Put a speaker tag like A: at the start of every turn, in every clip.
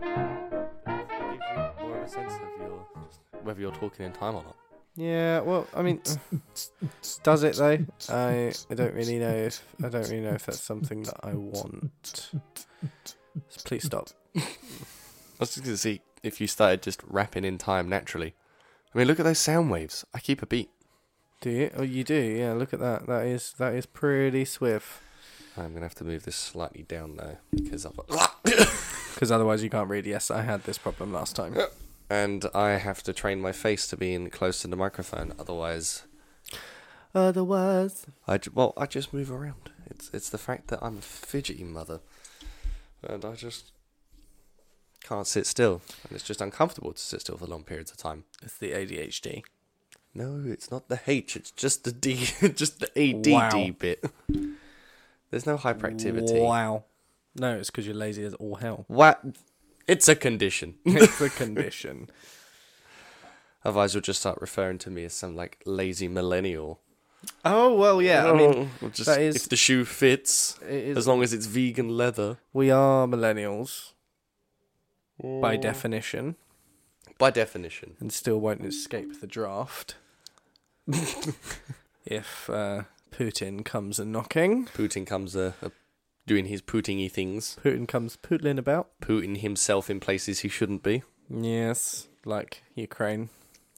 A: Give you more of a sense of your whether you're talking in time or not.
B: Yeah, well, I mean, does it though? I I don't really know if I don't really know if that's something that I want. Please stop.
A: I was just gonna see if you started just rapping in time naturally. I mean, look at those sound waves. I keep a beat.
B: Do you? Oh, you do. Yeah, look at that. That is that is pretty swift.
A: I'm gonna have to move this slightly down though because I've
B: Because otherwise, you can't read. Yes, I had this problem last time.
A: and I have to train my face to being close to the microphone. Otherwise,
B: Otherwise,
A: I ju- well, I just move around. It's it's the fact that I'm a fidgety mother, and I just can't sit still, and it's just uncomfortable to sit still for long periods of time.
B: it's the ADHD.
A: No, it's not the H. It's just the D. just the ADD
B: Wow.
A: bit. There's no hyperactivity.
B: Wow. No, it's because you're lazy as all hell.
A: What? It's a condition.
B: It's a condition.
A: Otherwise, you'll just start referring to me as some like lazy millennial.
B: oh well, yeah. I mean,
A: Or just,
B: that is-
A: if the shoe fits,
B: it is-
A: as long as it's vegan leather.
B: we are millennials by definition,
A: By definition,
B: and still won't escape the draft. if uh, Putin comes a knocking,
A: Putin comes uh uh doing his Putin-y things.
B: Putin comes pootling about.
A: Putin himself in places he shouldn't be.
B: Yes, like Ukraine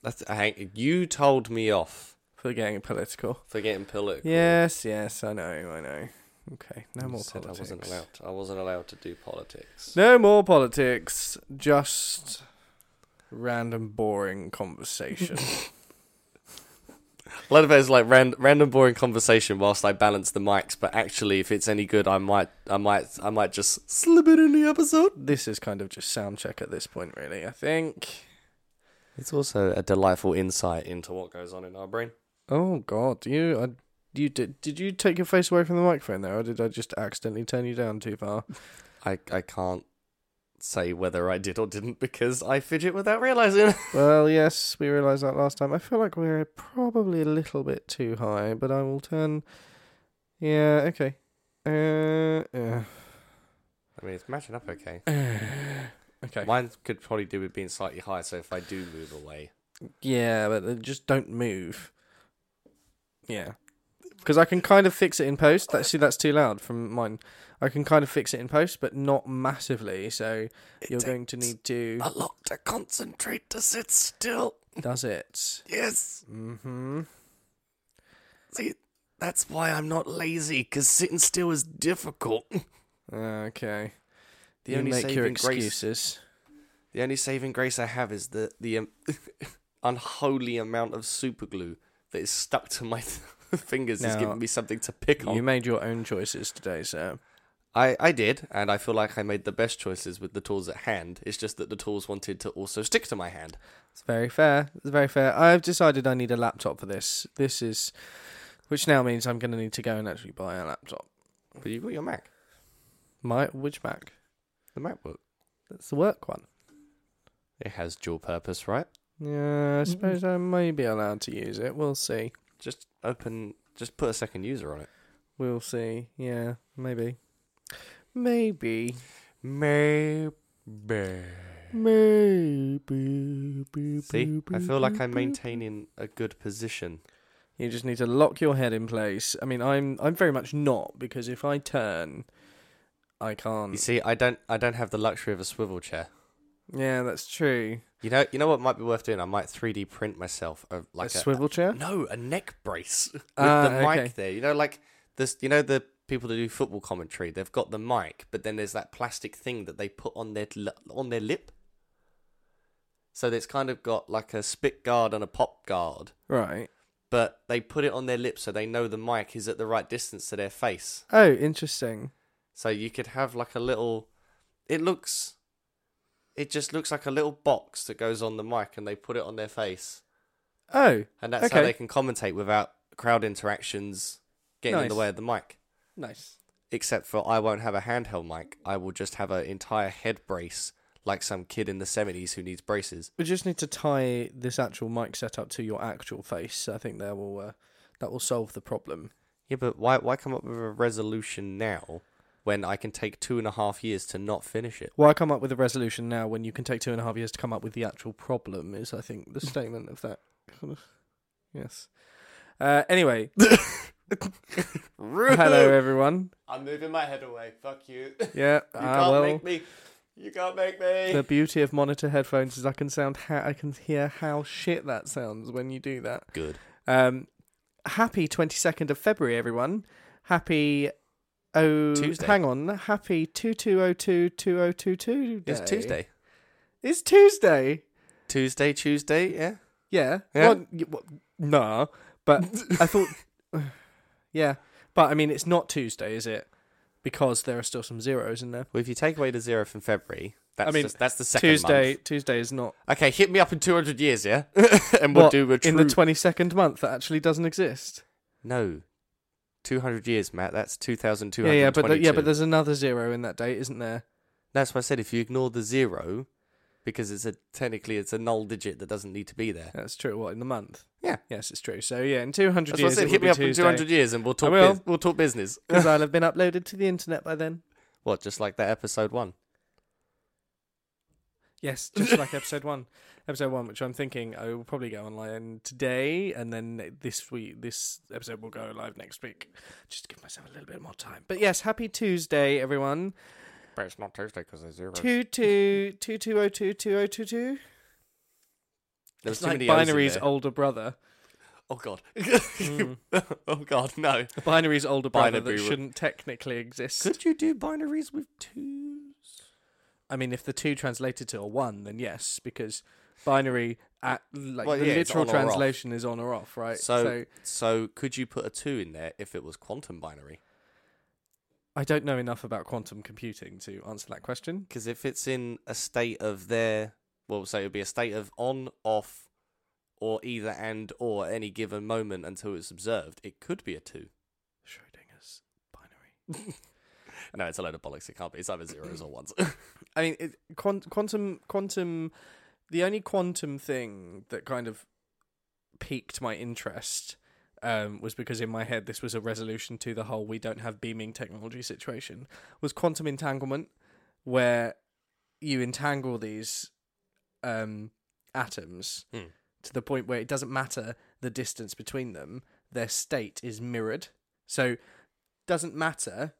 A: That's Hank. You told me off
B: for getting political.
A: for getting political.
B: Yes, yes, I know, I know. Okay, no
A: You
B: more
A: said
B: politics.
A: I wasn't allowed. I wasn't allowed to do politics.
B: No more politics, just random boring conversation.
A: A lot of it is like ran- random, boring conversation whilst I balance the mics. But actually, if it's any good, I might, I might, I might just slip it in the episode.
B: this is kind of just sound check at this point, really, I think.
A: It's also a delightful insight into what goes on in our brain.
B: Oh god, you I you did did you take your face away from the microphone there or did I just accidentally turn you down too far?
A: I, I can't say whether I did or didn't because I fidget without realizing.
B: well, yes, we realized that last time. I feel like we're probably a little bit too high, but I will turn Yeah, okay. Uh, yeah.
A: I mean, it's matching up okay.
B: uh, okay.
A: Mine could probably do with being slightly higher. So if I do move away,
B: Yeah, but they just don't move. Yeah. Because I can kind of fix it in post. That, see, that's too loud from mine. I can kind of fix it in post, but not massively. So you're going to need to.
A: a lot to concentrate to sit still.
B: Does it?
A: Yes.
B: Mm-hmm.
A: See, that's why I'm not lazy, because sitting still is difficult.
B: Okay.
A: The
B: you
A: only
B: make your
A: saving grace-
B: excuses.
A: The only saving grace I have is the, the um, unholy amount of super glue that is stuck to my fingers is
B: Now,
A: giving me something to pick on.
B: You made your own choices today, sir.
A: I, I did, and I feel like I made the best choices with the tools at hand. It's just that the tools wanted to also stick to my hand.
B: It's very fair. It's very fair. I've decided I need a laptop for this. This is, which now means I'm going to need to go and actually buy a laptop.
A: But you got your Mac,
B: My which Mac?
A: the MacBook.
B: That's the work one.
A: It has dual purpose, right?
B: Yeah, I suppose I may be allowed to use it. We'll see.
A: Just open, just put a second user on it.
B: We'll see. Yeah, maybe. Maybe.
A: Maybe.
B: Maybe.
A: See, I feel like I'm maintaining a good position.
B: You just need to lock your head in place. I mean, I'm I'm very much not because if I turn, I
A: You
B: can't.
A: see, I don't, I don't have the luxury of a swivel chair.
B: Yeah, that's true.
A: You know, you know what might be worth doing. I might 3D print myself a
B: A
A: like a,
B: swivel chair.
A: no, a neck brace with
B: Ah,
A: the mic
B: okay.
A: there. You know, like this. You know the people that do football commentary. They've got the mic, but then there's that plastic thing that they put on their li- on their lip. So it's kind of got like a spit guard and a pop guard,
B: Right.
A: but they put it on their lip so they know the mic is at the right distance to their face.
B: Oh, interesting.
A: So you could have like a little. It looks. It just looks like a little box that goes on the mic, and they put it on their face,
B: Oh,
A: and that's how
B: Okay.
A: they can commentate without crowd interactions getting in the
B: Nice.
A: way of the mic.
B: nice.
A: Except for I won't have a handheld mic. I will just have an entire head brace, like some kid in the seventies who needs braces.
B: We just need to tie this actual mic setup to your actual face. I think that will uh, that will solve the problem.
A: Yeah, but why why come up with a resolution now when I can take two and a half years to not finish it?
B: Why come up with a resolution now when you can take two and a half years to come up with the actual problem? Is I think the statement of that. kind of- Yes. Uh, anyway, hello everyone.
A: I'm moving my head away. Fuck you. You
B: Yeah. ah, well,
A: me. You can't make me.
B: the beauty of monitor headphones is I can sound ha- I can hear how shit that sounds when you do that.
A: Good.
B: Um, happy 22nd of February, everyone. Happy. Oh,
A: Tuesday.
B: hang on. Happy 2202
A: It's Tuesday.
B: It's Tuesday.
A: Tuesday, Tuesday, yeah.
B: Yeah.
A: Yeah.
B: Well, y- well, nah. But I thought. yeah. But I mean, it's not Tuesday, is it? Because there are still some zeros in there.
A: Well, if you take away the zero from February, that's
B: mean,
A: just, that's the second
B: Tuesday.
A: month.
B: Tuesday is not.
A: Okay, hit me up in 200 years, yeah, and we'll
B: What,
A: do a true.
B: in the twenty second month that actually doesn't exist.
A: no, 200 years, Matt. That's
B: Yeah,
A: 2,222.
B: yeah, but th- yeah, but there's another zero in that date, isn't there?
A: that's why I said if you ignore the zero, because it's a technically it's a null digit that doesn't need to be there.
B: That's true. What in the month?
A: Yeah.
B: Yes, it's true. So yeah, in two hundred
A: That's why I
B: years,
A: said
B: it
A: hit
B: will
A: me
B: be
A: up
B: Tuesday,
A: in 200 years and we'll talk.
B: will.
A: bus- we'll talk business.
B: because I'll have been uploaded to the internet by then.
A: what? Just like that episode one.
B: Yes, just like episode one, episode one, which I'm thinking I will probably go online today, and then this week, this episode will go live next week. Just to give myself a little bit more time. But yes, happy Tuesday, everyone.
A: But it's not Tuesday because there's zero.
B: Two two two two oh two two oh two two.
A: There's
B: It's
A: too
B: like
A: many O's in
B: binary's
A: there.
B: older brother.
A: Oh god.
B: Mm.
A: oh god, no.
B: Binary's older brother
A: Binary.
B: that shouldn't technically exist.
A: Could you do binaries with twos?
B: I mean, if the two translated to a one, then yes, because binary at like
A: Well,
B: the
A: yeah, it's
B: literal
A: on or off.
B: translation is on or off, right?
A: So, Uh, so could you put a two in there if it was quantum binary?
B: I don't know enough about quantum computing to answer that question.
A: Because if it's in a state of there, well, so it would be a state of on, off, or either and or at any given moment until it's observed, it could be a two.
B: Schrodinger's binary.
A: No, it's a load of bollocks. It can't be. It's either zeros or ones.
B: I mean, it, quan- quantum, quantum. The only quantum thing that kind of piqued my interest um, was because in my head this was a resolution to the whole we don't have beaming technology situation. Was quantum entanglement, where you entangle these um, atoms
A: Hmm.
B: to the point where it doesn't matter the distance between them; their state is mirrored. So, doesn't matter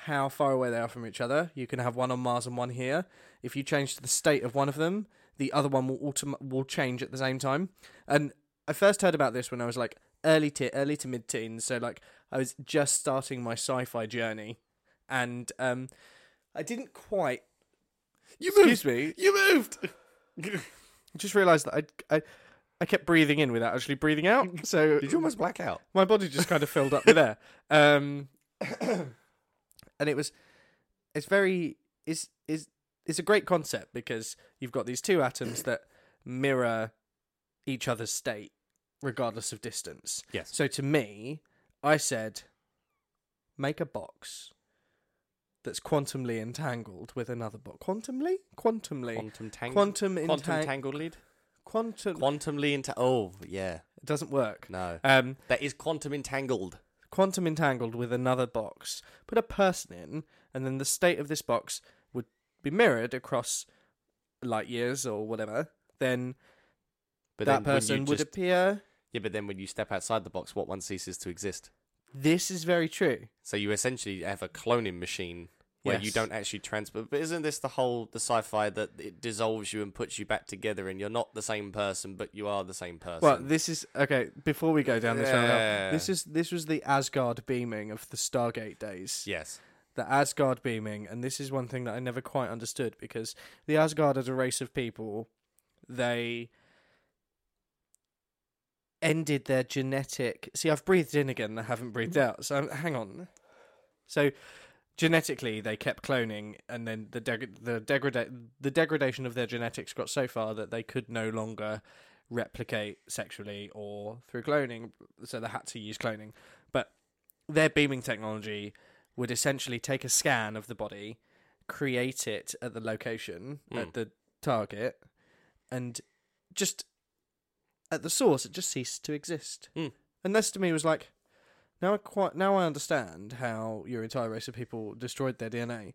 B: how far away they are from each other. You can have one on Mars and one here. If you change the state of one of them, the other one will autom- will change at the same time. And I first heard about this when I was like early to early to mid teens, so like I was just starting my sci-fi journey, and um, I didn't quite.
A: you
B: Excuse me.
A: You moved.
B: I just realised that I, I I kept breathing in without actually breathing out. So
A: Did you almost black out?
B: my body just kind of filled up with air. Um, and it was, it's very, it's, it's, it's a great concept because you've got these two atoms that mirror each other's state regardless of distance.
A: Yes.
B: So to me, I said, make a box that's quantumly entangled with another box. Quantumly? Quantumly.
A: Quantum tangle.
B: Quantum,
A: quantum
B: entang-
A: tangled lead.
B: quantum.
A: Quantumly into. Oh yeah.
B: it doesn't work.
A: No.
B: Um,
A: That is quantum entangled.
B: quantum entangled with another box, put a person in, and then the state of this box would be mirrored across light years or whatever, then
A: But then
B: that
A: when you
B: person would
A: just-
B: appear.
A: Yeah, but then when you step outside the box, what one ceases to exist.
B: This is very true.
A: So you essentially have a cloning machine where you
B: Yes.
A: don't actually transfer. But isn't this the whole the sci-fi that it dissolves you and puts you back together, and you're not the same person, but you are the same person?
B: Well, this is okay. Before we go down this
A: Yeah.
B: roundabout, this is this was the Asgard beaming of the Stargate days.
A: yes,
B: the Asgard beaming, and this is one thing that I never quite understood because the Asgard as a race of people, they ended their genetic. See, I've breathed in again. I haven't breathed out. So hang on. So genetically, they kept cloning, and then the deg- the degrada- the degradation of their genetics got so far that they could no longer replicate sexually or through cloning. So they had to use cloning, but their beaming technology would essentially take a scan of the body, create it at the location,
A: Mm.
B: at the target, and just at the source, it just ceased to exist.
A: Mm.
B: And this to me was like, Now I quite now I understand how your entire race of people destroyed their DNA,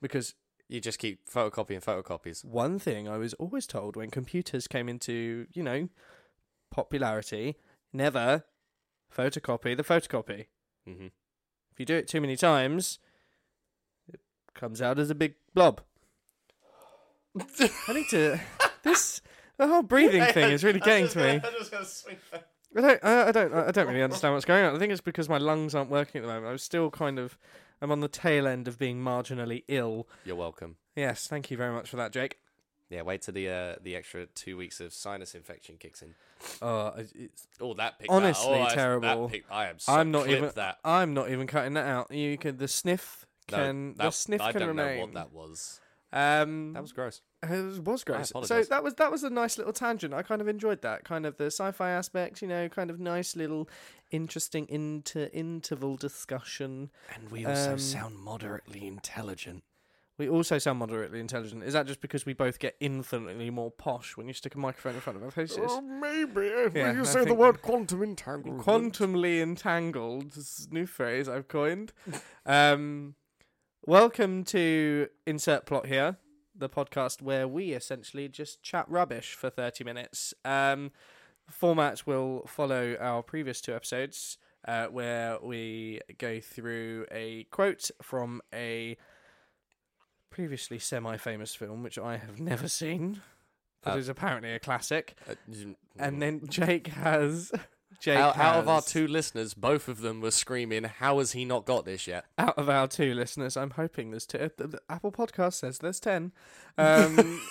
B: because
A: You just keep photocopying photocopies.
B: one thing I was always told when computers came into you know popularity: never photocopy the photocopy.
A: hmm
B: If you do it too many times, it comes out as a big blob. I need to. This the whole breathing thing is really getting to me. I don't. I, I don't. I don't really understand what's going on. I think it's because my lungs aren't working at the moment. I'm still kind of. I'm on the tail end of being marginally ill.
A: You're welcome.
B: Yes, thank you very much for that, Jake.
A: Yeah, wait till the uh, the extra two weeks of sinus infection kicks in.
B: Oh, it's- it's,
A: Oh, that picked
B: Honestly
A: that. Oh, I- that
B: terrible.
A: picked- I am. So
B: I'm not
A: clip
B: even.
A: that.
B: I'm not even cutting that out. You can. The sniff
A: No,
B: can. the
A: that-
B: sniff
A: I
B: can
A: don't
B: remain.
A: know what that was.
B: Um,
A: That was gross.
B: It was
A: I
B: gross. So
A: apologise.
B: that was that was a nice little tangent. I kind of enjoyed that kind of the sci-fi aspect, you know, kind of nice little interesting inter interval discussion.
A: And we
B: also Um,
A: sound moderately intelligent.
B: We also sound moderately intelligent. Is that just because we both get infinitely more posh when you stick a microphone in front of our faces?
A: Oh, maybe if
B: Yeah, I think-
A: quantum entanglement.
B: Quantumly entangled, this is a new phrase I've coined. um, welcome to insert plot here, the podcast where we essentially just chat rubbish for thirty minutes. Um, format will follow our previous two episodes, uh, where we go through a quote from a previously semi-famous film, which I have never seen, but
A: Uh,
B: is apparently a classic.
A: Uh, you-
B: And then Jake has. Jake
A: out, out of our
B: has-
A: two listeners, both of them were screaming, "How has he not got this yet?"
B: out of our two listeners, I'm hoping there's two. The, the Apple Podcast says there's ten. Um,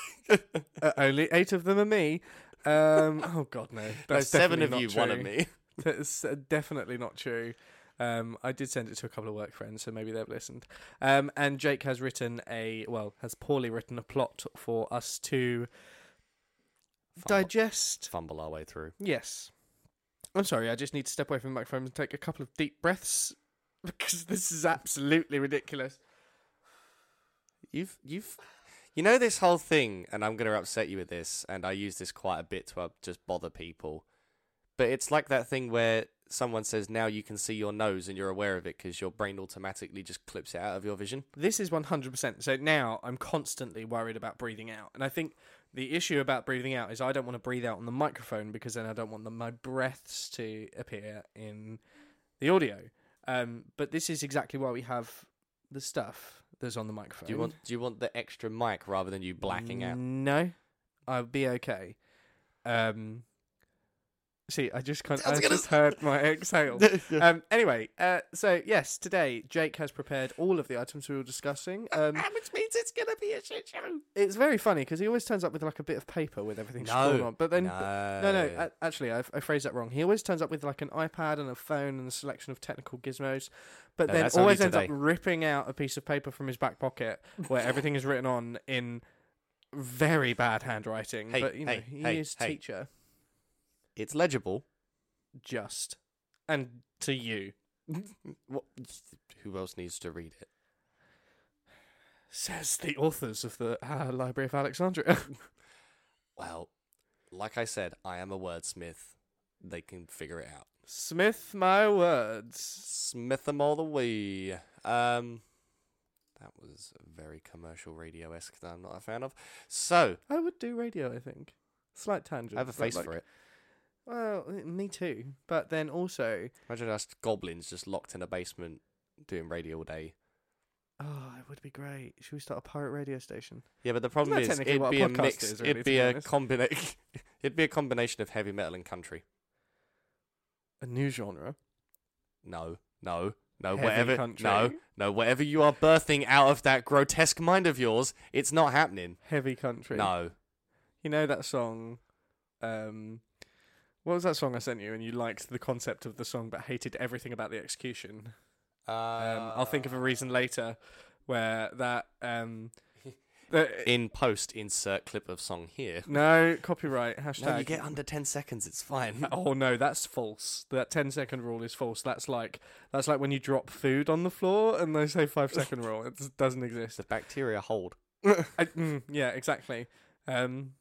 B: uh, only eight of them are me. Um, oh God, no.
A: There's
B: That's
A: seven of
B: definitely
A: you,
B: not
A: one of
B: true.
A: me.
B: That's uh, definitely not true. Um, I did send it to a couple of work friends, so maybe they've listened. Um, and Jake has written a well, has poorly written a plot for us to
A: Fumble,
B: digest.
A: fumble our way through.
B: Yes. I'm sorry, I just need to step away from the microphone and take a couple of deep breaths because this is absolutely ridiculous.
A: You've you've you know this whole thing, and I'm gonna upset you with this, and I use this quite a bit to uh, just bother people. But it's like that thing where someone says, "Now you can see your nose, and you're aware of it because your brain automatically just clips it out of your vision."
B: This is 100%. So now I'm constantly worried about breathing out. And I think the issue about breathing out is I don't want to breathe out on the microphone because then I don't want the, my breaths to appear in the audio. Um, but this is exactly why we have the stuff that's on the microphone.
A: Do you want do you want the extra mic rather than you blacking
B: Mm,
A: out?
B: No, I'll be okay. Um, see, I just can't. I,
A: was gonna
B: just heard my exhale. um, anyway, uh, so yes, today Jake has prepared all of the items we were discussing. Um,
A: Which means it's gonna be a shit show.
B: it's very funny because he always turns up with like a bit of paper with everything scrawled on, but then.
A: no,
B: No, uh, no, a- actually, I, I phrased that wrong. He always turns up with like an iPad and a phone and a selection of technical gizmos, but
A: No,
B: then
A: that's only
B: always ends up
A: today.
B: ripping out a piece of paper from his back pocket where everything is written on in very bad handwriting.
A: Hey,
B: but, you know,
A: hey,
B: he
A: hey,
B: is
A: hey.
B: teacher
A: it's legible.
B: just. And to you.
A: What? Who else needs to read it?
B: Says the authors of the uh, Library of Alexandria.
A: Well, like I said, I am a wordsmith. They can figure it out.
B: Smith, my words.
A: Smith 'em all the way. Um, that was very commercial radio esque that I'm not a fan of. So
B: I would do radio, I think. Slight tangent.
A: I have a face for it.
B: Well, me too. But then also,
A: Imagine us goblins just locked in a basement doing radio all day.
B: Oh, it would be great. Should we start a pirate radio station?
A: Yeah, but the problem
B: that
A: is
B: technically
A: it'd
B: what a
A: be a
B: podcast
A: mix.
B: is, really,
A: it'd
B: to
A: be
B: be
A: a
B: honest?
A: combination. it'd be a combination of heavy metal and country.
B: A new genre.
A: No, no, no.
B: Heavy
A: whatever.
B: country.
A: No, no. Whatever you are birthing out of that grotesque mind of yours, it's not happening.
B: Heavy country.
A: No.
B: You know that song um what was that song I sent you and you liked the concept of the song but hated everything about the execution?
A: Um,
B: Um I'll think of a reason later where that um the-
A: in post insert clip of song here.
B: no copyright hashtag
A: No, you get under 10 seconds, it's fine.
B: Oh no, that's false. That 10 second rule is false. That's like that's like when you drop food on the floor and they say 5 second rule. It doesn't exist.
A: The bacteria hold. Hmm.
B: I, mm, yeah, exactly. Um,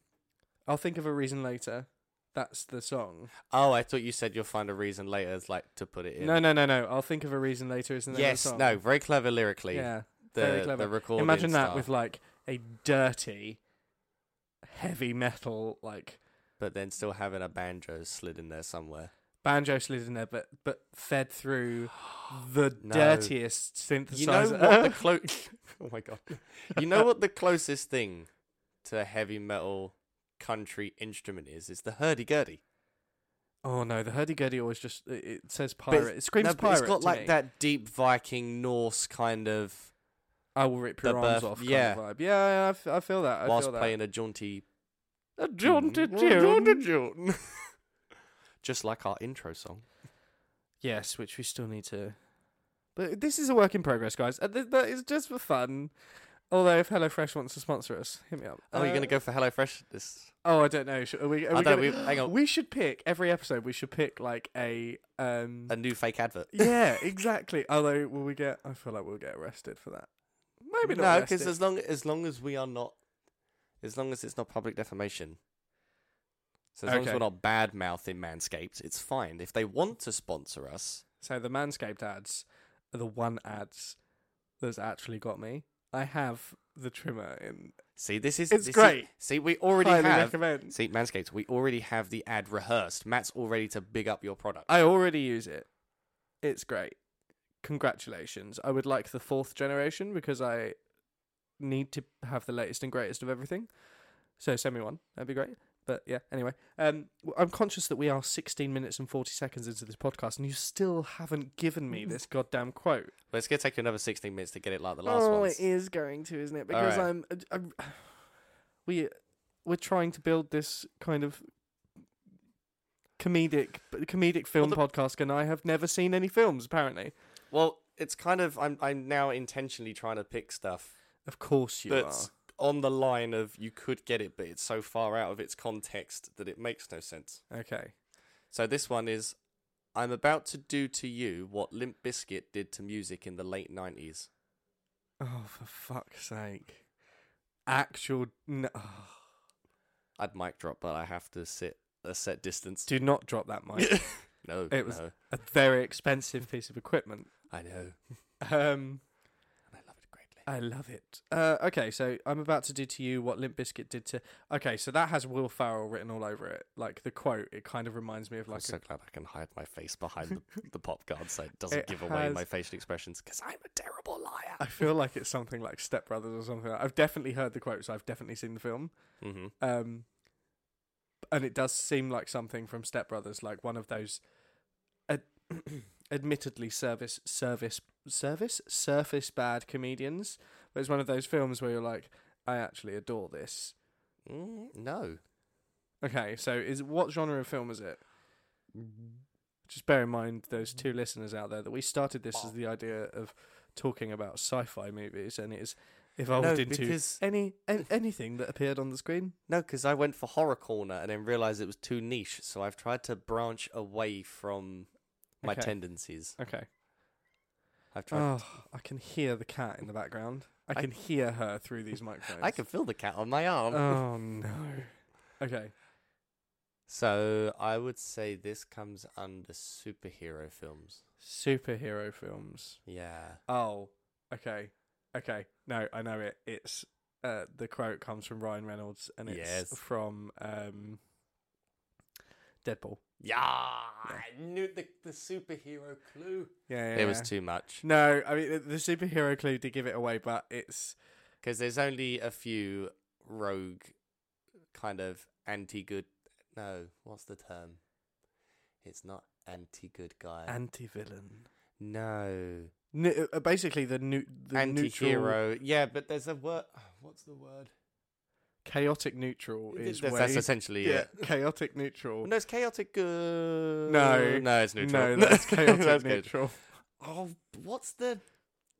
B: I'll think of a reason later. That's the song.
A: Oh, I thought you said you'll find a reason later, it's like to put it in.
B: No, no, no, no. I'll think of a reason later. Isn't there?
A: Yes, no, very clever lyrically.
B: Yeah.
A: The,
B: very clever.
A: the recording.
B: Imagine that
A: style.
B: with like a dirty, heavy metal like
A: but then still having a banjo slid in there somewhere.
B: banjo slid in there, but but fed through the
A: No.
B: dirtiest
A: You know
B: synthesizer.
A: what the clo- Oh my god. You know what the closest thing to a heavy metal country instrument is? It's the hurdy-gurdy.
B: oh no, the hurdy gurdy always just it, it says
A: But it's-
B: pirate. It screams
A: no, but
B: pirate.
A: It's got
B: to
A: like
B: me.
A: that deep Viking Norse kind of
B: I will rip your
A: the
B: arms
A: birth-
B: off. Kind
A: yeah.
B: of vibe. Yeah, yeah, I, f- I feel that. I
A: whilst
B: feel that. Uh,
A: playing Hmm. a jaunty Mm.
B: a jaunted
A: Jaunty
B: tune.
A: tune. Just like our intro song.
B: Yes, which we still need to. But this is a work in progress, guys. Uh, th- That is just for fun. Although, if HelloFresh wants to sponsor us, hit me up.
A: Oh, you're
B: Uh,
A: gonna go for HelloFresh? This
B: Oh, I don't know. Should, are we? Are
A: I don't
B: we, gonna-
A: know, we- hang on.
B: we should pick every episode. We should pick like a um.
A: a new fake advert.
B: yeah, exactly. Although, will we get? I feel like we'll get arrested for that. Maybe not.
A: no,
B: arrested.
A: because as long as long as we are not, as long as it's not public defamation. So as long as
B: Okay.
A: we're not bad mouthing Manscaped, it's fine. If they want to sponsor us,
B: So the Manscaped ads are the one ads that's actually got me. I have the trimmer in.
A: see this is
B: It's
A: this is-
B: great.
A: see, we already
B: Highly
A: have
B: recommend.
A: see Manscaped. We already have the ad rehearsed. Matt's all ready to big up your product.
B: I already use it. It's great. Congratulations. I would like the fourth generation because I need to have the latest and greatest of everything. So send me one. That'd be great. But yeah, anyway, um, w- I'm conscious that we are 16 minutes and 40 seconds into this podcast, and you still haven't given me this goddamn quote.
A: But it's gonna take you another sixteen minutes to get it like the last
B: oh,
A: one.
B: it is going to, isn't it? Because
A: right.
B: I'm, uh, I'm, we, we're trying to build this kind of comedic, comedic film
A: Well,
B: podcast, and I have never seen any films. Apparently,
A: Well, it's kind of I'm I'm now intentionally trying to pick stuff
B: of course you
A: that's
B: are.
A: on the line of you could get it, but it's so far out of its context that it makes no sense.
B: Okay,
A: So this one is I'm about to do to you what Limp Bizkit did to music in the late 90s.
B: Oh, for fuck's sake! Actual, no. oh,
A: I'd mic drop, but I have to sit a set distance.
B: do not drop that mic.
A: No,
B: It was-
A: no.
B: A very expensive piece of equipment.
A: I know.
B: Um,
A: And I love it greatly.
B: I love it. Uh, okay, so I'm about to do to you what Limp Bizkit did to. Okay, so that has Will Farrell written all over it. Like the quote, it kind of reminds me of
A: I'm
B: like.
A: so
B: A,
A: glad I can hide my face behind the, the pop guard so it doesn't
B: It
A: give away
B: has-
A: my facial expressions because I'm a terrible liar.
B: I feel like it's something like Step Brothers or something. I've definitely heard the quote, so I've definitely seen the film.
A: hmm
B: Um, and it does seem like something from Step Brothers, like one of those, ad- admittedly service service service surface bad comedians. But it's one of those films where you're like, I actually adore this.
A: Mm, no.
B: Okay, so is what genre of film is it?
A: Mm-hmm.
B: Just bear in mind those two listeners out there that we started this as the idea of talking about sci-fi movies, and it has evolved
A: No,
B: into
A: because-
B: any an- anything that appeared on the screen.
A: No, because I went for horror corner and then realized it was too niche, so I've tried to branch away from my
B: Okay.
A: tendencies.
B: Okay.
A: I've tried
B: Oh, I can hear the cat in the background. I
A: I-
B: can hear her through these microphones.
A: I can feel the cat on my arm.
B: Oh no. Okay.
A: So I would say this comes under superhero films.
B: Superhero films.
A: Yeah.
B: Oh, okay. Okay. No, I know it. It's uh the quote comes from Ryan Reynolds and it's
A: Yes.
B: from um Deadpool.
A: Yeah. I knew the, the superhero clue.
B: Yeah, yeah.
A: It was
B: yeah.
A: too much
B: No, I mean the- the superhero clue did give it away, but it's
A: because there's only a few rogue, kind of anti-good. No, what's the term? It's not anti-good guy.
B: anti-villain.
A: no,
B: N- uh, basically the, nu- the neutral
A: anti-hero. Yeah, but there's a word. What's the word?
B: chaotic neutral is
A: that's,
B: where
A: that's essentially
B: yeah,
A: it.
B: chaotic neutral.
A: No, it's chaotic good.
B: No.
A: no, it's neutral.
B: No, that's chaotic
A: That's good.
B: neutral.
A: Oh, what's the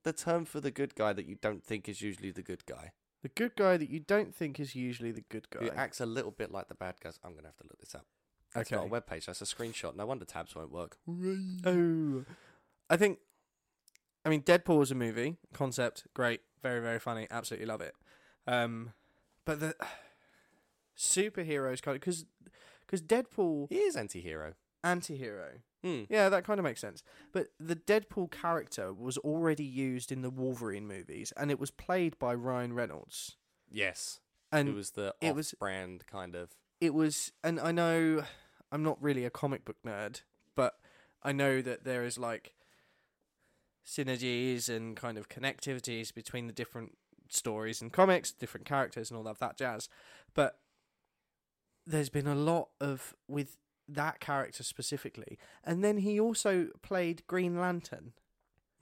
A: the term for the good guy that you don't think is usually the good guy?
B: The good guy that you don't think is usually the good guy.
A: Who acts a little bit like the bad guys. I'm gonna have to look this up. That's not a web page. That's a screenshot. No wonder tabs won't work.
B: Oh, I think. I mean, Deadpool was a movie concept, great, very very funny, absolutely love it. Um, but the superheroes kind of because because Deadpool
A: He is anti-hero.
B: anti-hero.
A: Hmm.
B: Yeah, that kind of makes sense. But the Deadpool character was already used in the Wolverine movies, and it was played by Ryan Reynolds.
A: Yes.
B: And
A: it was the
B: it was-
A: off-brand kind of.
B: it was and i know i'm not really a comic book nerd but i know that there is like synergies and kind of connectivities between the different stories and comics different characters and all of that jazz but there's been a lot of with that character specifically and then he also played green lantern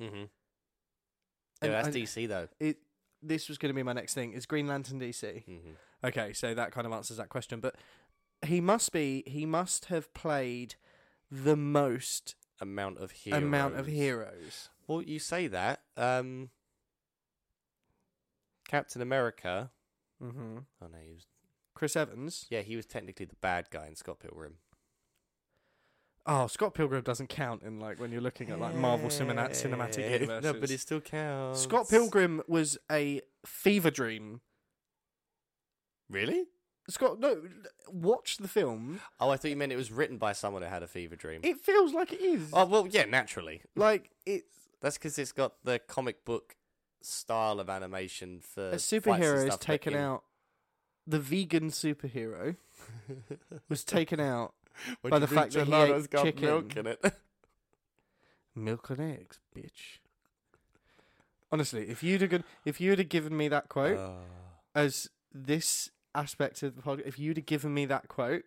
A: Mm-hmm. Yeah,
B: And
A: that's
B: I-
A: DC though.
B: it this was going to be my next thing is green lantern dc
A: hmm
B: Okay, so that kind of answers that question. But he must be he must have played the most
A: Amount of heroes.
B: amount of heroes.
A: Well, you say that. Um, Captain America.
B: Mm-hmm.
A: Oh no, he was.
B: Chris Evans.
A: Yeah, he was technically the bad guy in Scott Pilgrim.
B: Oh, Scott Pilgrim doesn't count in like when you're looking at like Marvel cinema- cinematic
A: Yeah,
B: universes.
A: No, but it still counts.
B: Scott Pilgrim was a fever dream.
A: Really?
B: Scott, no, watch the film.
A: Oh, I thought you meant it was written by someone who had a fever dream.
B: It feels like it is.
A: oh well, yeah, naturally.
B: Like it's
A: That's because it's got the comic book style of animation for
B: a
A: fights and
B: superhero is
A: stuff, but
B: taken
A: in-
B: out. The vegan superhero was taken out
A: When
B: by
A: you
B: the
A: read
B: fact that he
A: Jelana's
B: ate chicken.
A: in it.
B: milk and eggs, bitch. Honestly, if you'd have good, if you'd have given me that
A: Uh.
B: quote
A: Oh.
B: as this aspect of the podcast, if you'd have given me that quote,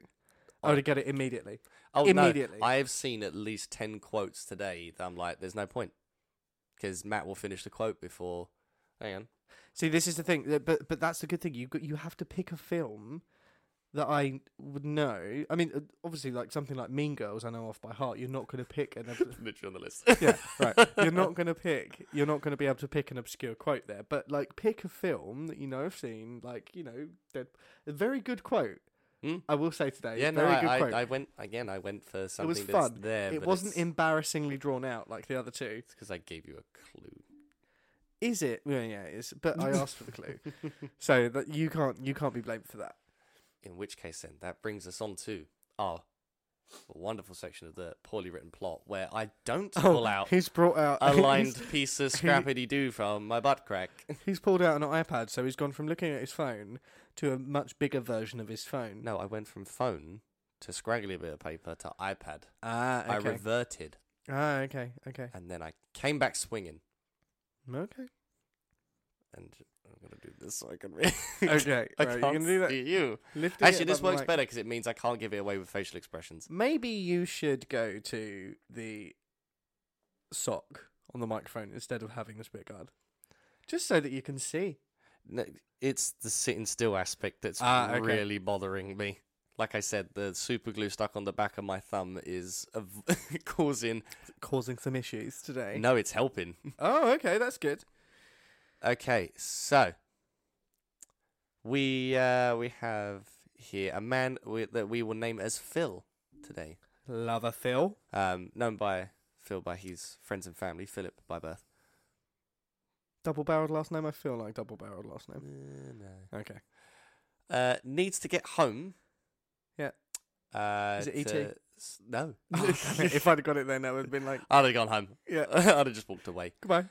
B: I would have got it immediately.
A: Oh,
B: Immediately.
A: No, I have seen at least 10 quotes today that I'm like, there's no point. Because Matt will finish the quote before. Hang on.
B: See, this is the thing, that- but but that's the good thing. You got you have to pick a film that I would know. I mean, obviously, like something like Mean Girls, I know off by heart. You're not going to pick an ob-
A: Literally on the list.
B: yeah, right. You're not going to pick. You're not going to be able to pick an obscure quote there. But like, pick a film that you know I've seen. Like, you know, Dead. A very good quote.
A: Hmm?
B: I will say today.
A: yeah, no,
B: very good
A: I,
B: quote.
A: I, I went, again, I went for
B: it
A: something
B: was
A: that's
B: fun.
A: there.
B: it wasn't embarrassingly drawn out like the other two.
A: Because I gave you a clue.
B: Is it? Yeah, yeah, it is. But I asked for the clue, so that you can't you can't be blamed for that.
A: In which case, then, that brings us on to our wonderful section of the poorly written plot where I don't
B: Oh,
A: pull out
B: He's brought out
A: a
B: he's-
A: lined piece of scrappity doo from my butt crack.
B: He's pulled out an iPad, so he's gone from looking at his phone to a much bigger version of his phone.
A: No, I went from phone to scraggly bit of paper to iPad.
B: Ah,
A: I
B: okay.
A: reverted
B: ah, okay, okay,
A: and then I came back swinging.
B: okay.
A: And I'm gonna do this so I can read.
B: Okay,
A: I
B: right,
A: can't
B: you can do that.
A: see you.
B: Lifting it
A: Actually, this
B: above the
A: works
B: mic.
A: better because it means I can't give it away with facial expressions.
B: Maybe you should go to the sock on the microphone instead of having the spit guard, just so that you can see.
A: No, it's the sitting still aspect that's
B: Ah, okay.
A: really bothering me. Like I said, the super glue stuck on the back of my thumb is av- causing.
B: Causing some issues today.
A: No, it's helping.
B: Oh, okay, that's good.
A: Okay, so we uh, we have here a man we, that we will name as Phil today.
B: Love a Phil.
A: Um, known by Phil by his friends and family, Philip by birth.
B: Double barreled last name. I feel like double barreled last name.
A: no.
B: Okay.
A: Uh, needs to get home.
B: Yeah.
A: Uh,
B: Is it E E.T.?
A: to- s- No.
B: if I'd gone it then, I would have been like,
A: I'd have gone home.
B: yeah,
A: I'd have just walked away.
B: goodbye.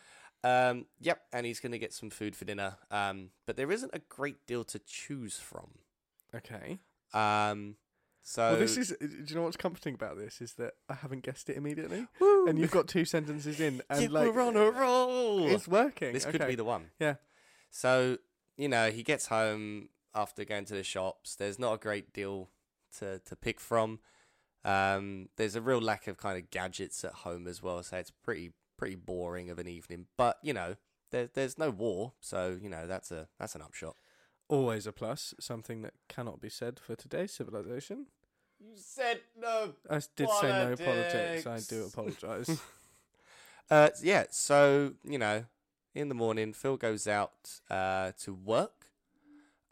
A: Um, yep, and he's going to get some food for dinner. Um, but there isn't a great deal to choose from.
B: Okay.
A: Um, so
B: Well, this is. Do you know what's comforting about this is that I haven't guessed it immediately,
A: Woo!
B: and you've got two sentences in, and
A: Yeah,
B: like
A: we're on a roll.
B: it's working.
A: This could
B: Okay.
A: be the one.
B: Yeah.
A: So, you know, he gets home after going to the shops. There's not a great deal to, to pick from. Um, there's a real lack of kind of gadgets at home as well, so it's pretty pretty boring of an evening. But, you know, there, there's no war, so, you know, that's a that's an upshot.
B: Always a plus, something that cannot be said for today's civilization.
A: You said no.
B: I s- did say no
A: Politics.
B: politics. I do apologise.
A: Uh yeah, so, you know, in the morning Phil goes out uh to work.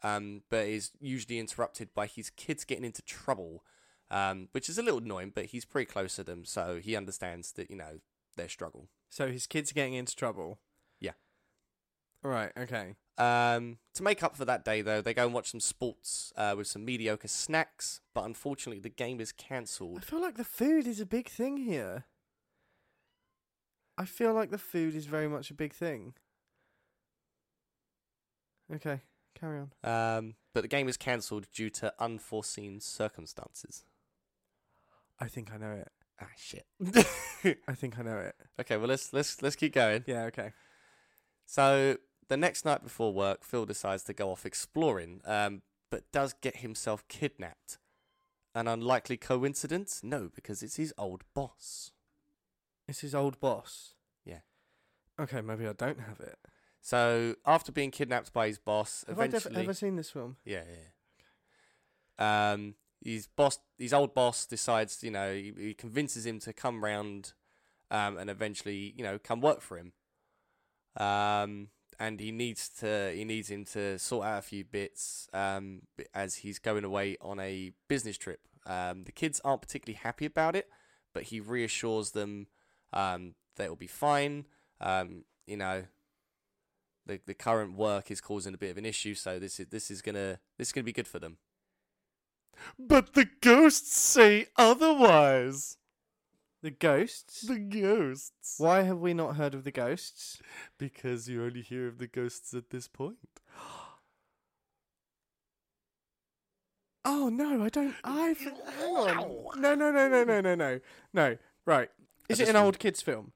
A: Um but is usually interrupted by his kids getting into trouble. Um which is a little annoying, but he's pretty close to them, so he understands that, you know, their struggle.
B: so his kids are getting into trouble.
A: Yeah.
B: Right. Okay.
A: Um, to make up for that day, though, they go and watch some sports uh, with some mediocre snacks. But unfortunately, the game is
B: I
A: cancelled.
B: feel like the food is a big thing here. I feel like the food is very much a big thing. Okay, carry on.
A: Um, but the game is cancelled due to unforeseen circumstances.
B: I think I know it.
A: Ah, shit.
B: I think I know it.
A: Okay, well let's let's let's keep going.
B: Yeah, okay.
A: So the next night before work, Phil decides to go off exploring, um, but does get himself kidnapped. An unlikely coincidence? No, because it's his old boss.
B: It's his old boss.
A: Yeah.
B: Okay, maybe I don't have it.
A: So after being kidnapped by his boss,
B: Have
A: eventually,
B: I def- ever seen this film?
A: yeah, yeah. yeah. Um, his boss, his old boss, decides you know he, he convinces him to come round, um, and eventually you know come work for him. Um, and he needs to he needs him to sort out a few bits um, b- as he's going away on a business trip. Um, the kids aren't particularly happy about it, but he reassures them um, that it'll be fine. Um, you know, the the current work is causing a bit of an issue, so this is this is gonna this is gonna be good for them. But the ghosts say otherwise.
B: The Ghosts?
A: ghosts.
B: Why have we not heard of the Ghosts?
A: Because you only hear of the ghosts at this point.
B: Oh, no, I don't. I've. Hang on. No, no, no, no, no, no, no. No, right. Is
A: I
B: it an
A: just-
B: old kids' film?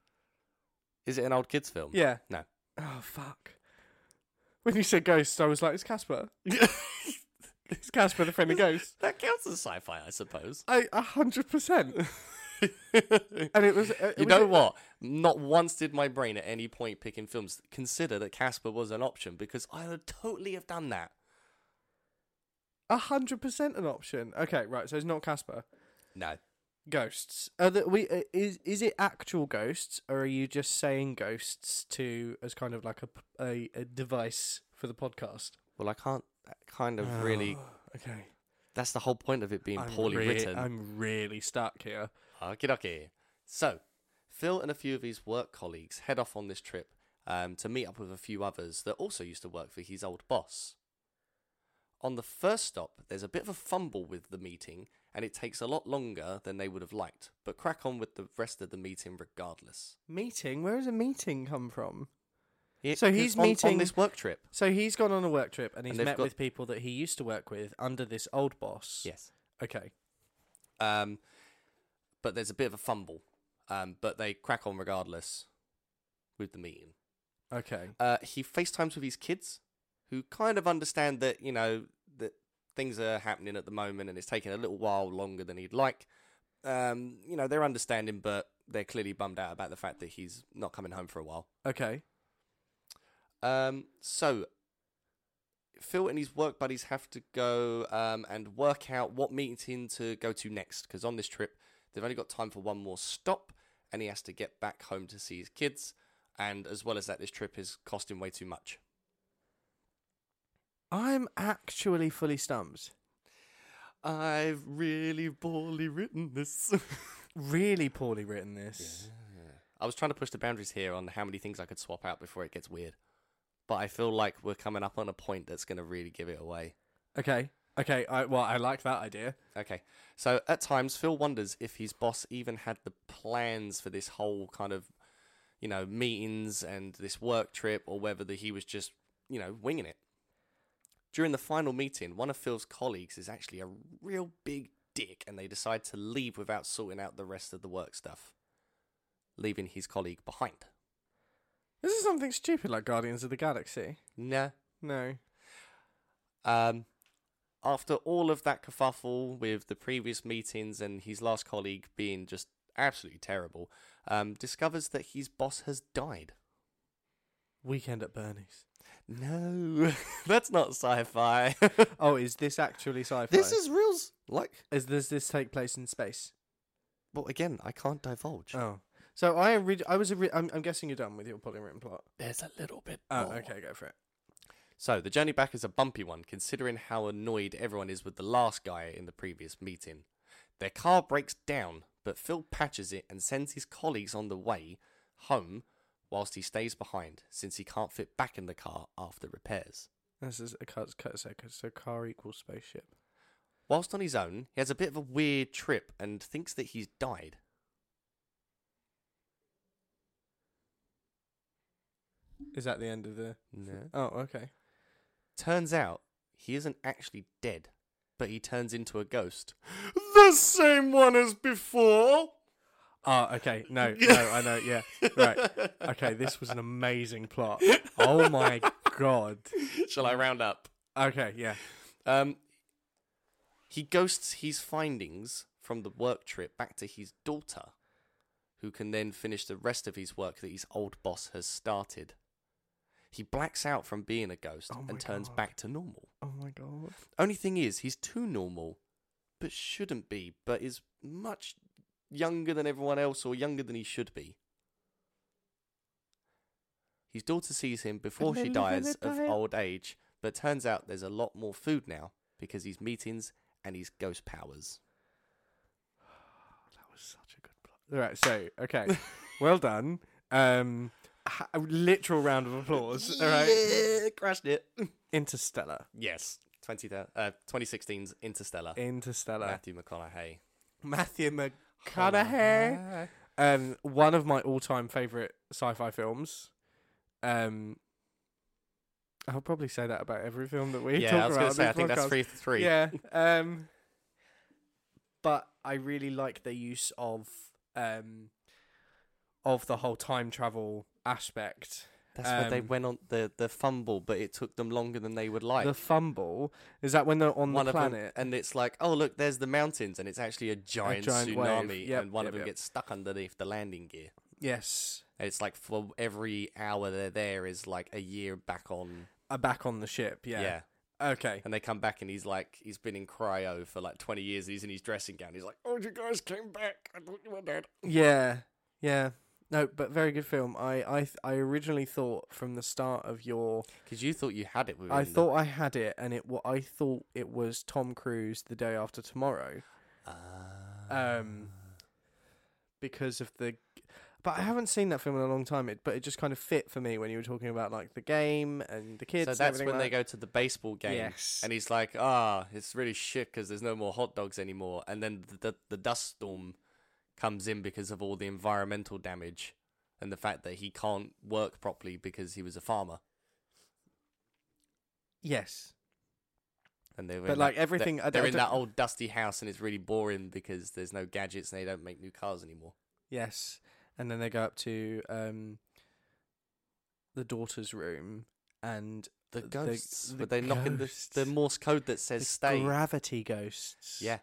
A: Is it an old kids film?
B: Yeah.
A: No.
B: Oh fuck! When you said ghosts, I was like, "It's Casper. It's Casper, the friendly ghost."
A: that counts as sci-fi, I suppose.
B: I a hundred percent. And it was. uh, It
A: You
B: was
A: know what? Not once did my brain at any point picking films consider that Casper was an option because I would totally have done that.
B: a hundred percent an option. Okay, right. So it's not Casper.
A: No.
B: Ghosts. Are that we uh, is is it actual ghosts, or are you just saying ghosts to as kind of like a p- a, a device for the podcast?
A: Well, I can't that kind of really
B: Oh, Okay.
A: That's the whole point of it being poorly
B: rea-
A: written.
B: I'm really stuck here.
A: Okie dokie. So, Phil and a few of his work colleagues head off on this trip um, to meet up with a few others that also used to work for his old boss. On the first stop, there's a bit of a fumble with the meeting, and it takes a lot longer than they would have liked, but crack on with the rest of the meeting regardless.
B: Meeting. Where does a meeting come from?
A: Yeah,
B: So he's
A: on- on
B: meeting-
A: this work trip.
B: So he's gone on a work trip and he's
A: And they've
B: met
A: got-
B: with people that he used to work with under this old boss.
A: Yes.
B: Okay.
A: Um, but there's a bit of a fumble, um, but they crack on regardless with the meeting.
B: Okay.
A: Uh, he FaceTimes with his kids, who kind of understand that, you know, that things are happening at the moment and it's taking a little while longer than he'd like. Um, you know, they're understanding, but they're clearly bummed out about the fact that he's not coming home for a while.
B: Okay.
A: Um, so, Phil and his work buddies have to go um, and work out what meeting to go to next, because on this trip, they've only got time for one more stop, and he has to get back home to see his kids. And as well as that, this trip is costing way too much.
B: I'm actually fully stumped.
A: I've really poorly written this.
B: Really poorly written this.
A: I was trying to push the boundaries here on how many things I could swap out before it gets weird. But I feel like we're coming up on a point that's going to really give it away.
B: Okay. Okay. I well, I like that idea.
A: Okay. So at times, Phil wonders if his boss even had the plans for this whole kind of, you know, meetings and this work trip or whether that he was just, you know, winging it. During the final meeting, one of Phil's colleagues is actually a real big dick and they decide to leave without sorting out the rest of the work stuff, leaving his colleague behind.
B: This is something stupid like Guardians of the Galaxy.
A: Nah.
B: No.
A: Um, after all of that kerfuffle with the previous meetings and his last colleague being just absolutely terrible, um, discovers that his boss has died.
B: Weekend at Bernie's.
A: No, that's not sci-fi.
B: Oh, is this actually sci-fi?
A: this is real. s- Like,
B: Is does this take place in space?
A: well, again, I can't divulge.
B: Oh. So I read. I was. Re- I'm, I'm guessing you're done with your poorly written plot.
A: There's a little bit.
B: Oh,
A: more.
B: okay. Go for it.
A: So the journey back is a bumpy one, considering how annoyed everyone is with the last guy in the previous meeting. Their car breaks down, but Phil patches it and sends his colleagues on the way home whilst he stays behind since he can't fit back in the car after repairs.
B: This is a cut, cut so, so car equals spaceship.
A: Whilst on his own, he has a bit of a weird trip and thinks that he's died.
B: Is that the end of the?
A: No.
B: Oh, okay.
A: Turns out he isn't actually dead, but he turns into a ghost. The same one as before.
B: Oh, okay. No, no, I know. Yeah, right. Okay, this was an amazing plot. Oh my god.
A: Shall I round up?
B: Okay, yeah.
A: Um, he ghosts his findings from the work trip back to his daughter, who can then finish the rest of his work that his old boss has started. He blacks out from being a ghost
B: Oh my
A: and turns
B: God.
A: back to normal.
B: Oh my god.
A: Only thing is, he's too normal, but shouldn't be, but is much younger than everyone else or younger than he should be. His daughter sees him before she
B: Eleven
A: dies of
B: died.
A: old age, but turns out there's a lot more food now because he's meetings and he's ghost powers.
B: That was such a good plot. All right, so okay, well done. Um, ha- a literal round of applause. All right,
A: Yeah, crashed it.
B: Interstellar.
A: yes. 20, thou- uh, 2016's Interstellar.
B: Interstellar.
A: Matthew McConaughey.
B: Matthew McConaughey. Um, one of my all-time favorite sci-fi films. Um, I'll probably say that about every film that we talk
A: Yeah, I was going
B: about.
A: to
B: on
A: say,
B: this
A: I think that's
B: podcast.
A: 3 3.
B: Yeah. Um, but I really like the use of um, of the whole time travel aspect.
A: That's where they
B: Um,
A: went on the, the fumble, but it took them longer than they would like.
B: the fumble is that when they're on
A: one
B: the
A: of them,
B: planet.
A: and it's like, oh look, there's the mountains, and it's actually a giant,
B: giant
A: tsunami,
B: wave. Yep,
A: and one
B: yep,
A: of them
B: yep.
A: gets stuck underneath the landing gear.
B: yes,
A: And it's like for every hour they're there is like a year back on.
B: are back on the ship.
A: Yeah.
B: Yeah. Okay.
A: and they come back, and he's like, he's been in cryo for like 20 years. He's in his dressing gown. He's like, oh, you guys came back. I thought you were dead.
B: Yeah. Yeah. No, but very good film. I I th- I originally thought from the start of your
A: Because you thought you had it. Within
B: I
A: the-
B: thought I had it and it wa- I thought it was Tom Cruise the day after tomorrow.
A: Ah.
B: um, because of the. But I haven't seen that film in a long time. It, but it just kind of fit for me when you were talking about like the game and the kids.
A: so
B: and
A: that's
B: everything
A: when they
B: like-
A: go to the baseball game.
B: Yes.
A: And he's like, ah, it's really shit because there's no more hot dogs anymore. And then the, the, the dust storm comes in because of all the environmental damage and the fact that he can't work properly because he was a farmer.
B: Yes.
A: And they're in
B: But,
A: that-
B: like,
A: they're-
B: everything- I
A: they're,
B: don't- I
A: in that
B: don't-
A: old dusty house and it's really boring because there's no gadgets and they don't make new cars anymore.
B: Yes. And then they go up to um, the daughter's room and
A: The
B: The-
A: ghosts,
B: the
A: but they knock in the,
B: ghosts.
A: the Morse code that says
B: the
A: stay.
B: gravity ghosts.
A: yeah,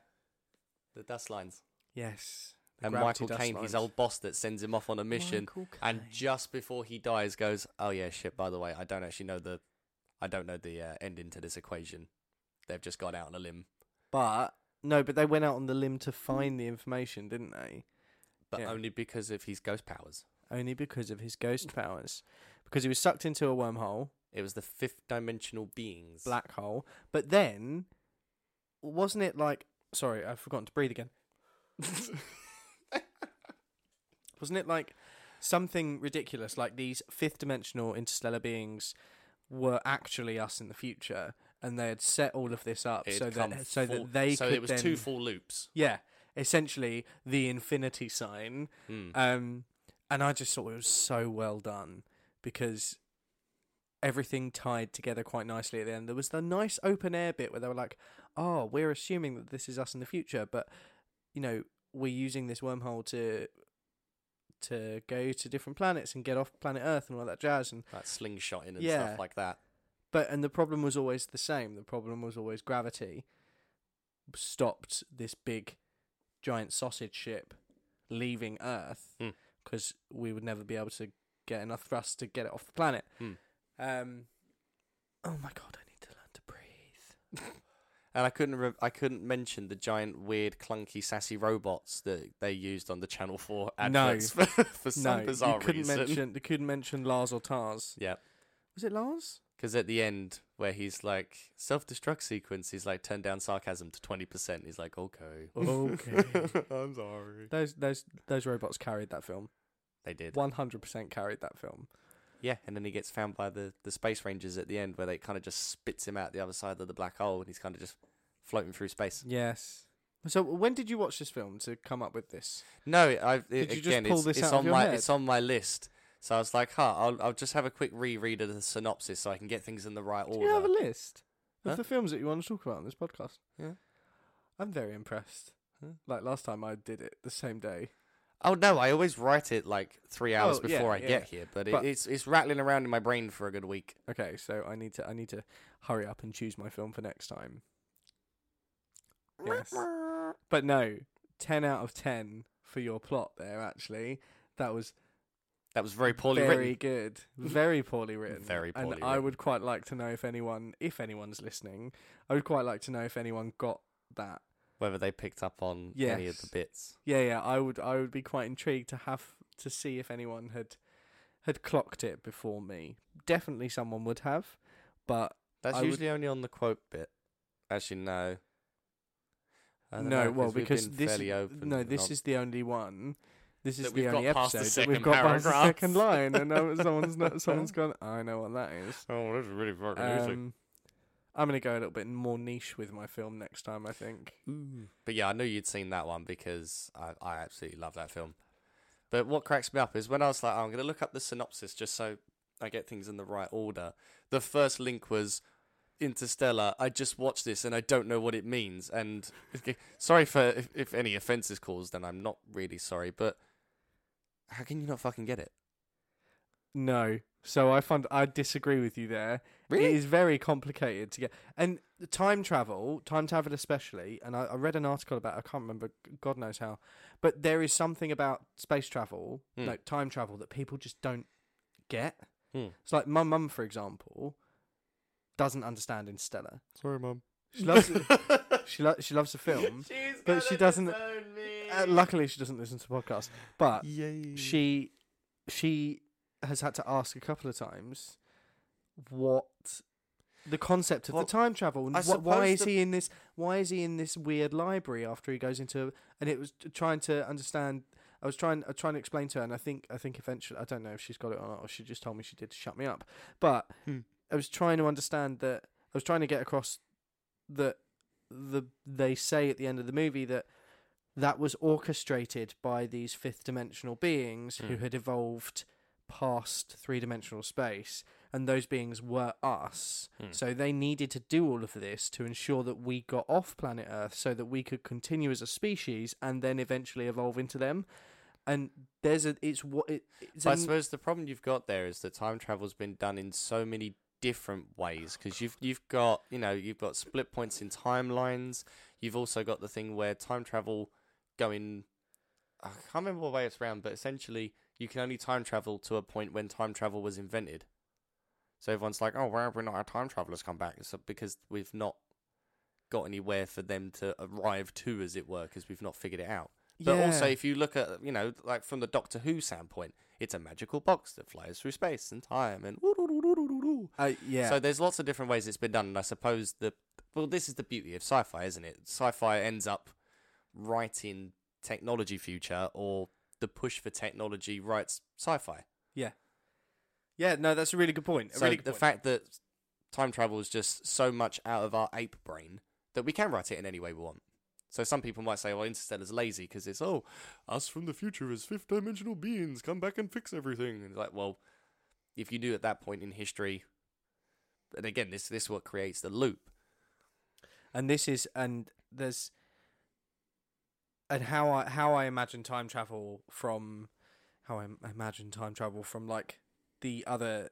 A: the dust lines.
B: Yes. The
A: And
B: gravity
A: Michael
B: dust
A: Caine,
B: lines.
A: his old boss that sends him off on a mission,
B: Michael
A: and
B: Caine.
A: just before he dies, goes, "Oh yeah, shit. By the way, I don't actually know the, I don't know the uh, ending to this equation. They've just gone out on a limb,
B: But no, but they went out on the limb to find the information, didn't they?
A: but
B: Yeah.
A: only because of his ghost powers.
B: Only because of his ghost powers, because he was sucked into a wormhole.
A: It was the fifth dimensional beings.
B: black hole. But then, wasn't it like? Sorry, I've forgotten to breathe again. wasn't it like something ridiculous? Like these fifth dimensional interstellar beings were actually us in the future, and they had set all of this up
A: It had
B: so
A: come
B: that so
A: full-
B: that they
A: so
B: could
A: it was
B: then,
A: two full loops.
B: yeah, essentially the infinity sign.
A: Hmm.
B: Um, and I just thought it was so well done because everything tied together quite nicely at the end. There was the nice open air bit where they were like, "Oh, we're assuming that this is us in the future, but you know, we're using this wormhole to." To go to different planets and get off planet Earth and all that jazz, and
A: Like slingshotting and
B: Yeah.
A: stuff like that.
B: but and the problem was always the same. The problem was always gravity stopped this big giant sausage ship leaving Earth
A: Hmm.
B: because we would never be able to get enough thrust to get it off the planet.
A: Hmm.
B: Um, oh my god, I need to learn to breathe.
A: And I couldn't, re- I couldn't mention the giant, weird, clunky, sassy robots that they used on the Channel Four
B: No.
A: adverts for, for some
B: no,
A: bizarre
B: you couldn't
A: reason.
B: mention. You couldn't mention Lars or Tars.
A: yeah,
B: Was it Lars?
A: Because at the end, where he's like self destruct sequence, he's like turn down sarcasm to twenty percent. He's like, okay,
B: Okay.
A: I'm sorry.
B: those those those robots carried that film.
A: They did.
B: One hundred percent carried that film.
A: Yeah, and then he gets found by the, the space rangers at the end, where they kind of just spits him out the other side of the black hole, and he's kind of just floating through space.
B: Yes. So when did you watch this film to come up with this?
A: No, I it,
B: Did you just
A: again,
B: pull
A: it's,
B: this
A: it's
B: out of
A: on
B: your
A: my
B: head?
A: it's on my list. So I was like, huh, I'll I'll just have a quick reread of the synopsis so I can get things in the right
B: Do
A: order.
B: you have a list of
A: Huh?
B: the films that you want to talk about on this podcast?
A: Yeah.
B: I'm very impressed.
A: Huh?
B: Like last time, I did it the same day.
A: Oh no, I always write it like three hours
B: Oh, yeah,
A: before I
B: yeah.
A: get here, but, it,
B: But-
A: it's it's rattling around in my brain for a good week.
B: Okay, so I need to I need to hurry up and choose my film for next time. Yes. But no, ten out of ten for your plot there. Actually, that was
A: That was very poorly
B: very
A: written.
B: good, very poorly written.
A: Very
B: and
A: poorly
B: I
A: written.
B: would quite like to know if anyone, if anyone's listening, I would quite like to know if anyone got that.
A: Whether they picked up on any of the
B: Yes.
A: bits.
B: Yeah, yeah, I would, I would be quite intrigued to have to see if anyone had had clocked it before me. Definitely, someone would have, but
A: That's
B: I would-
A: usually only on the quote bit. Actually, no. I don't
B: no,
A: know,
B: well,
A: we've
B: because
A: been
B: this,
A: fairly open
B: no,
A: and
B: this
A: on-
B: is the only one. This is
A: That
B: the
A: we've
B: only
A: got past the
B: episode that we've
A: second
B: got past the
A: paragraph.
B: second line, and now someone's not, someone's gone. I know what that is.
A: oh, this is really fucking
B: Um, I'm gonna go a little bit more niche with my film next time. I think.
A: But yeah, I knew you'd seen that one because I, I absolutely love that film. But what cracks me up is when I was like, oh, I'm going to look up the synopsis just so I get things in the right order. The first link was Interstellar. I just watched this and I don't know what it means. And okay, sorry for if, if any offense is caused, and I'm not really sorry, but how can you not fucking get it?
B: No, so I find I disagree with you there. It is very complicated to get, and the time travel, time travel especially. And I, I read an article about. I can't remember. God knows how, but there is something about space travel,
A: Hmm.
B: like time travel, that people just don't get.
A: Hmm.
B: It's like my mum, for example, doesn't understand Interstellar.
A: Sorry, mum.
B: She loves it. she lo- she loves the film, but she doesn't. Uh, luckily, she doesn't listen to podcasts. But
A: Yay.
B: she she has had to ask a couple of times what the concept of
A: Well,
B: the time travel and
A: I
B: wh- why
A: suppose
B: is
A: the-
B: he in this why is he in this weird library after he goes into and it was t- trying to understand I was trying I was trying to explain to her and I think I think eventually I don't know if she's got it or not or she just told me she did to shut me up but
A: Hmm.
B: I was trying to understand that I was trying to get across that the they say at the end of the movie that that was orchestrated by these fifth dimensional beings who
A: Hmm.
B: had evolved past three dimensional space and those beings were us
A: Hmm.
B: so they needed to do all of this to ensure that we got off planet earth so that we could continue as a species and then eventually evolve into them and there's a it's what it, it's
A: But I
B: an-
A: suppose the problem you've got there is that time travel's been done in so many different ways because you've you've got you know you've got split points in timelines. You've also got the thing where time travel going. I can't remember what way it's round, but essentially you can only time travel to a point when time travel was invented. So everyone's like, "Oh, why have we not had time travelers come back?" So because we've not got anywhere for them to arrive to, as it were, because we've not figured it out. But also,
B: Yeah.
A: if you look at, you know, like from the Doctor Who standpoint, it's a magical box that flies through space and time and.
B: Uh, yeah
A: So there's lots of different ways it's been done, and I suppose the. Well, this is the beauty of sci fi, isn't it? Sci fi ends up writing technology future, or the push for technology writes sci fi.
B: yeah yeah no that's a really good point a
A: So
B: really good
A: the
B: point.
A: fact that time travel is just so much out of our ape brain that we can write it in any way we want. So some people might say, "Well, Interstellar's lazy because it's oh, us from the future as fifth-dimensional beings come back and fix everything." And it's like, well, if you do at that point in history, and again, this this is what creates the loop.
B: and this is and there's and how I how I imagine time travel from how I im- imagine time travel from like the other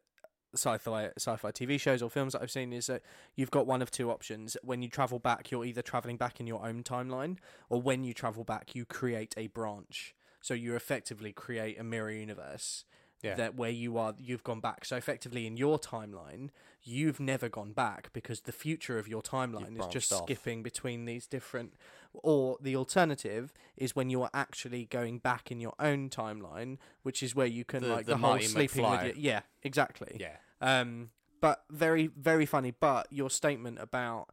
B: sci-fi sci-fi TV shows or films that I've seen is that you've got one of two options when you travel back you're either traveling back in your own timeline or when you travel back you create a branch so you effectively create a mirror universe
A: Yeah.
B: that where you are you've gone back so effectively in your timeline you've never gone back because the future of your timeline is just
A: branched off.
B: skipping between these different or the alternative is when you are actually going back in your own timeline which is where you can
A: The-
B: like
A: the
B: the, whole
A: Marty
B: sleeping with
A: McFly.
B: your, yeah exactly
A: Yeah,
B: um, but very, very funny. But your statement about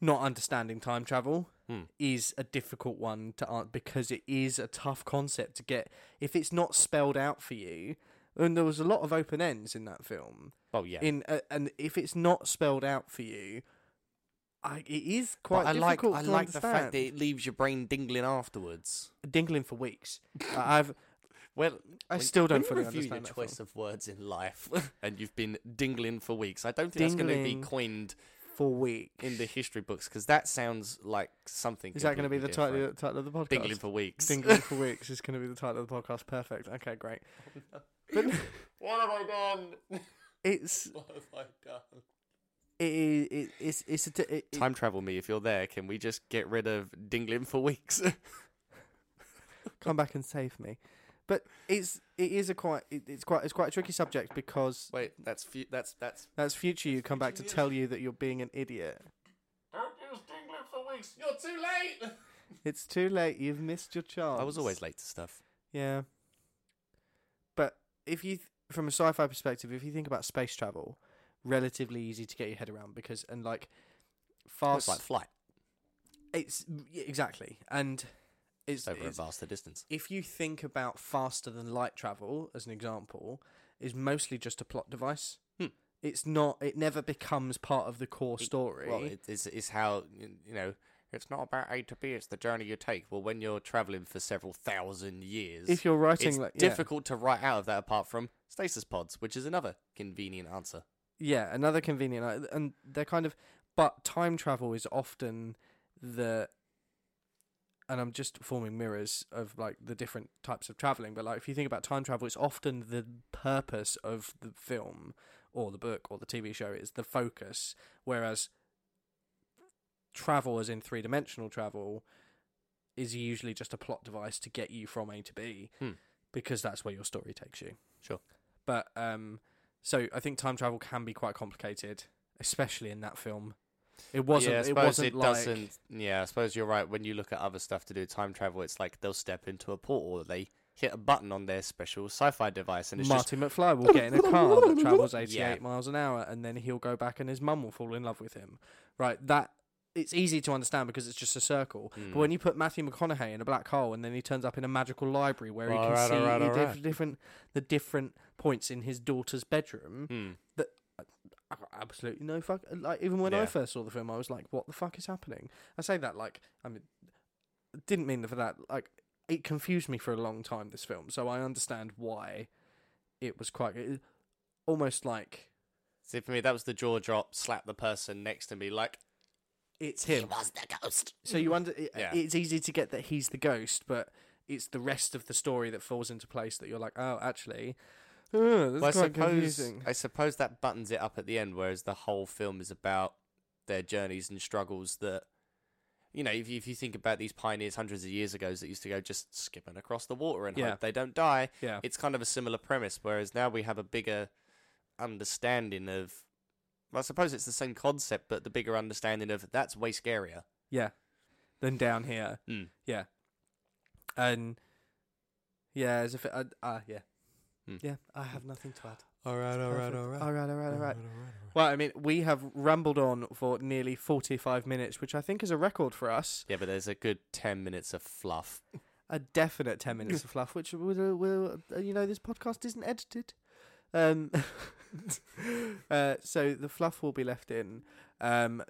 B: not understanding time travel
A: Hmm.
B: is a difficult one to answer because it is a tough concept to get if it's not spelled out for you. And there was a lot of open ends in that film.
A: Oh yeah.
B: In uh, and if it's not spelled out for you, I, it is quite
A: I like
B: difficult
A: I
B: to
A: like the fact
B: understand.
A: that it leaves your brain dingling afterwards.
B: dingling for weeks. I- I've
A: Well,
B: I still don't
A: when you
B: fully
A: review
B: understand
A: your
B: that
A: choice of words in life, and you've been dingling for weeks. I don't think that's going to be
B: Dingling.
A: coined
B: for weeks.
A: in the history books because that sounds like something.
B: is that going to be the
A: completely
B: title,
A: different.
B: title of the podcast?
A: Dingling for weeks.
B: Dingling for weeks is going to be the title of the podcast. Perfect. Okay, great.
A: what have I done?
B: It's
A: What have I done?
B: it, is- it it's it's a t- it, it-
A: Time travel me if you're there. Can we just get rid of dingling for weeks?
B: come back and save me. But it's it is a quite it, it's quite it's quite a tricky subject because
A: Wait, that's fu- that's that's.
B: that's future you come back to tell you that you're being an idiot.
A: Don't use dingling for weeks. You're too late.
B: It's too late. You've missed your chance.
A: I was always late to stuff.
B: Yeah. But if you, th- from a sci-fi perspective, if you think about space travel, relatively easy to get your head around because and like
A: It's
B: fast,
A: like flight
B: it's yeah, exactly, and it's,
A: over a
B: it's
A: vaster distance.
B: if you think about faster than light travel as an example, is mostly just a plot device.
A: Hmm.
B: It's not. It never becomes part of the core story.
A: Well, it, it's, it's how, you you know, it's not about A to B, it's the journey you take. Well, when you're traveling for several thousand years,
B: if you're writing
A: it's
B: like yeah.
A: difficult to write out of that apart from stasis pods, which is another convenient answer.
B: yeah another convenient I- and they're kind of but time travel is often the and i'm just forming mirrors of like the different types of traveling but like if you think about time travel it's often the purpose of the film or the book or the tv show is the focus whereas travel as in three-dimensional travel is usually just a plot device to get you from a to b
A: Hmm.
B: because that's where your story takes you
A: Sure.
B: but um so I think time travel can be quite complicated, especially in that film. It wasn't.
A: yeah, I
B: it
A: suppose
B: wasn't
A: it
B: like.
A: doesn't. Yeah, I suppose you're right. When you look at other stuff to do with time travel, it's like they'll step into a portal, they hit a button on their special sci fi device, and it's just.
B: Marty McFly will get in a car that travels 88
A: Yeah.
B: miles an hour, and then he'll go back, and his mum will fall in love with him. Right, that it's easy to understand because it's just a circle.
A: Hmm.
B: But when you put Matthew McConaughey in a black hole, and then he turns up in a magical library where he can
A: Alright,
B: see
A: alright,
B: the diff-
A: alright.
B: different the different points in his daughter's bedroom,
A: Hmm.
B: I got absolutely no fuck. Like even when
A: Yeah.
B: I first saw the film, I was like, "What the fuck is happening?" I say that like I mean, didn't mean for that. Like it confused me for a long time. This film, so I understand why it was quite it- almost like
A: See, for me, that was the jaw drop, slap the person next to me, like,
B: it's
A: he
B: him.
A: was the ghost.
B: So you under it,
A: Yeah.
B: it's easy to get that he's the ghost, but it's the rest of the story that falls into place that you're like, "Oh, actually." Oh, that's
A: Well, I
B: quite
A: suppose
B: confusing.
A: I suppose that buttons it up at the end, whereas the whole film is about their journeys and struggles. That you know, if you, if you think about these pioneers hundreds of years ago that used to go just skipping across the water and
B: Yeah.
A: hope they don't die,
B: Yeah.
A: it's kind of a similar premise. Whereas now we have a bigger understanding of. Well, I suppose it's the same concept, but the bigger understanding of that's way scarier.
B: Yeah. Than down here.
A: Mm.
B: Yeah. And yeah, as if it, uh, uh, yeah.
A: Mm.
B: Yeah, I have nothing to add.
A: All right,
B: Perfect. All right, all right, all right. Well, I mean, we have rambled on for nearly 45 minutes, which I think is a record for us.
A: Yeah, but there's a good ten minutes of fluff.
B: A definite 10 minutes of fluff, which will, will uh, you know, this podcast isn't edited. Um, uh, so the fluff will be left in. Um,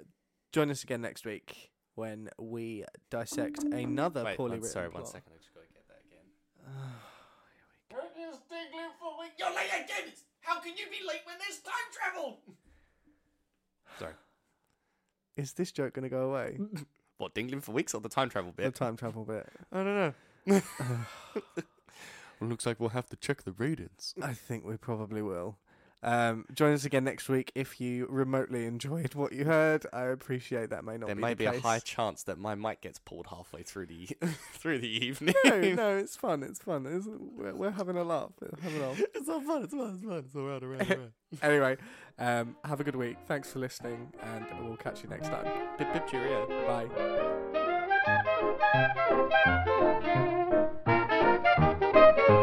B: join us again next week when we dissect another
A: Wait,
B: poorly
A: one-
B: written
A: sorry,
B: plot.
A: one second. I just gotta get that again. Don't use Diglin for week. You're late again. How can you be late when there's time travel? Sorry.
B: Is this joke going to go away?
A: What Dingling for weeks or the time travel
B: The
A: bit?
B: time travel bit.
A: I don't know. looks like we'll have to check the ratings.
B: I think we probably will. Um, join us again next week if you remotely enjoyed what you heard. I appreciate that may not
A: There
B: be
A: may
B: the
A: be a
B: case.
A: high chance that my mic gets pulled halfway through the through the evening.
B: no, no, it's fun. It's fun. It's, we're, we're having a laugh. We're having a laugh.
A: It's all fun. It's fun. It's fun. It's all right. All right. All right.
B: anyway, um, have a good week. Thanks for listening, and we'll catch you next time.
A: Pip pip cheerio.
B: Bye.
C: Thank you.